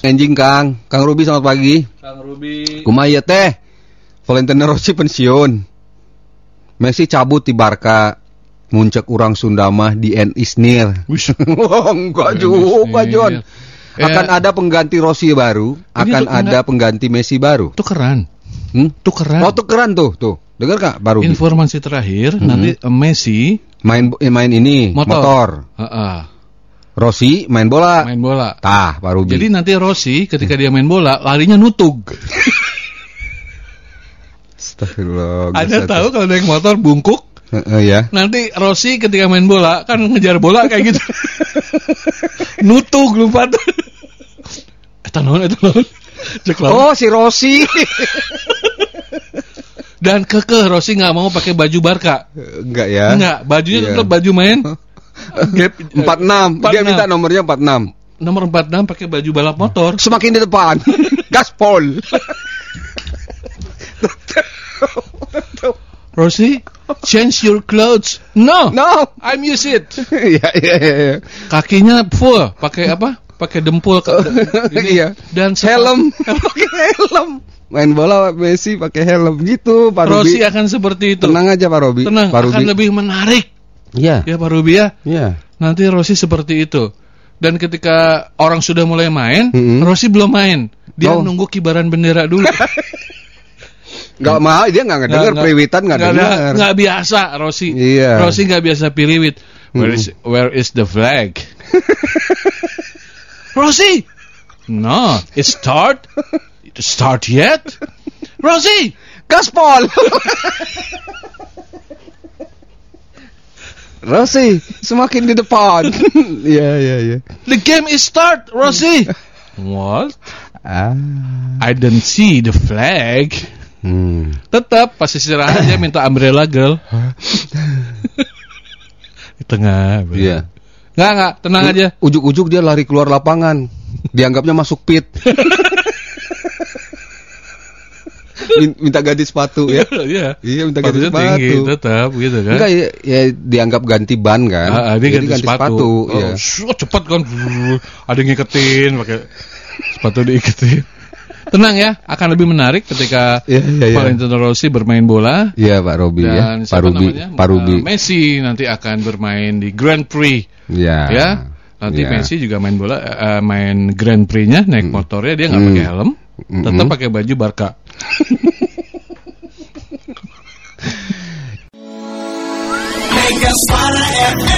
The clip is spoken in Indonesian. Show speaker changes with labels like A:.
A: Anjing Kang, Kang Ruby selamat pagi.
B: Kang Ruby.
A: Kumaha ieu teh? Valentino Rossi pensiun. Messi cabut di Barca. Muncak urang Sunda mah di N Isnir.
B: Wis.
A: Wah, enggak
B: N.
A: juga,
B: Isnir.
A: Jon.
B: Eh,
A: Akan ada pengganti Rossi baru, akan
B: tuh
A: ada pengganti Messi baru.
B: tukeran.
A: Hmm?
B: Tukeran.
A: Oh, Mm-hmm. tuh keren tuh, tuh. Dengar Kak, baru
B: Informasi terakhir nanti eh, Messi
A: main eh, main ini motor.
B: Motor. heeh,
A: Rossi main bola.
B: main bola.
A: Tah, baru
B: Jadi nanti Rossi ketika dia main bola larinya nutug.
A: Astagfirullah.
B: Anda
A: Ustaz.
B: tahu kalau naik motor bungkuk
A: Heeh, ya.
B: nanti Rossi ketika main bola kan ngejar bola kayak gitu. nutug lompat. Eta naon eta naon. Cek
A: Oh,
B: lawan.
A: si Rossi.
B: Dan kekeh Rossi nggak mau pakai baju Barca.
A: Enggak ya.
B: Enggak, bajunya
A: Iya.
B: tetap baju main
A: Gap 46. Dia
B: 46.
A: minta nomornya 46.
B: nomor 46 pakai baju balap motor.
A: Semakin di depan. Gaspol.
B: Rossi, change your clothes. No,
A: No.
B: I'm use it.
A: Iya, iya, iya, iya.
B: Kakinya full, pakai apa? Pakai dempul. ke- ini.
A: Iya.
B: Dan sepa-
A: Helm. Pakai helm. Main bola Messi pakai helm gitu, Pak Robi.
B: Rossi akan seperti itu.
A: Tenang aja Pak Robi.
B: Tenang,
A: Pak
B: akan
A: Robi.
B: lebih menarik.
A: Iya.
B: Ya Pak Rubi ya,
A: Iya.
B: nanti Rossi seperti itu. Dan ketika orang sudah mulai main,
A: Mm-mm.
B: Rossi belum main. Dia
A: Mm-hmm. Oh.
B: nunggu kibaran bendera dulu.
A: Enggak mau, dia enggak ngedenger priwitan enggak
B: nggak ada-
A: dengar.
B: nggak biasa Rossi.
A: Iya.
B: Rossi nggak biasa piriwit. Where is
A: Hmm.
B: where is the flag? Rossi. No, it start. It start yet? Rossi.
A: Gaspol. Rossi semakin di depan. Iya iya iya.
B: The game is start, Rossi. What?
A: Ah.
B: I don't see the flag.
A: Hmm.
B: Tetap pas istirahat dia minta umbrella girl. Di tengah. bro.
A: Iya.
B: Nggak nggak tenang aja.
A: Ujuk-ujuk dia lari keluar lapangan. Dianggapnya masuk pit. Min- Minta ganti sepatu ya.
B: Iya.
A: Iya minta ganti
B: Sepatunya
A: sepatu.
B: tinggi tetap gitu kan.
A: Enggak ya, ya dianggap ganti ban kan.
B: Ah, ah, dia
A: Jadi
B: ganti, sepatu. Oh,
A: iya.
B: shoo, cepet kan. Brrr, Ada yang ngiketin pakai sepatu diiketin. Tenang ya, akan lebih menarik ketika
A: Iya iya iya.
B: Valentino Rossi bermain bola
A: Iya Pak Robi ya.
B: dan
A: Pak
B: siapa
A: Robi,
B: namanya?
A: Pak Robi.
B: Eh, Messi nanti akan bermain di Grand Prix
A: Iya.
B: ya. Nanti
A: Iya.
B: Messi juga main bola eh, eh, main Grand Prix-nya naik motornya dia nggak
A: Hmm.
B: pakai helm, tetap
A: Mm-mm.
B: pakai baju Barca.
C: Make a spot FM.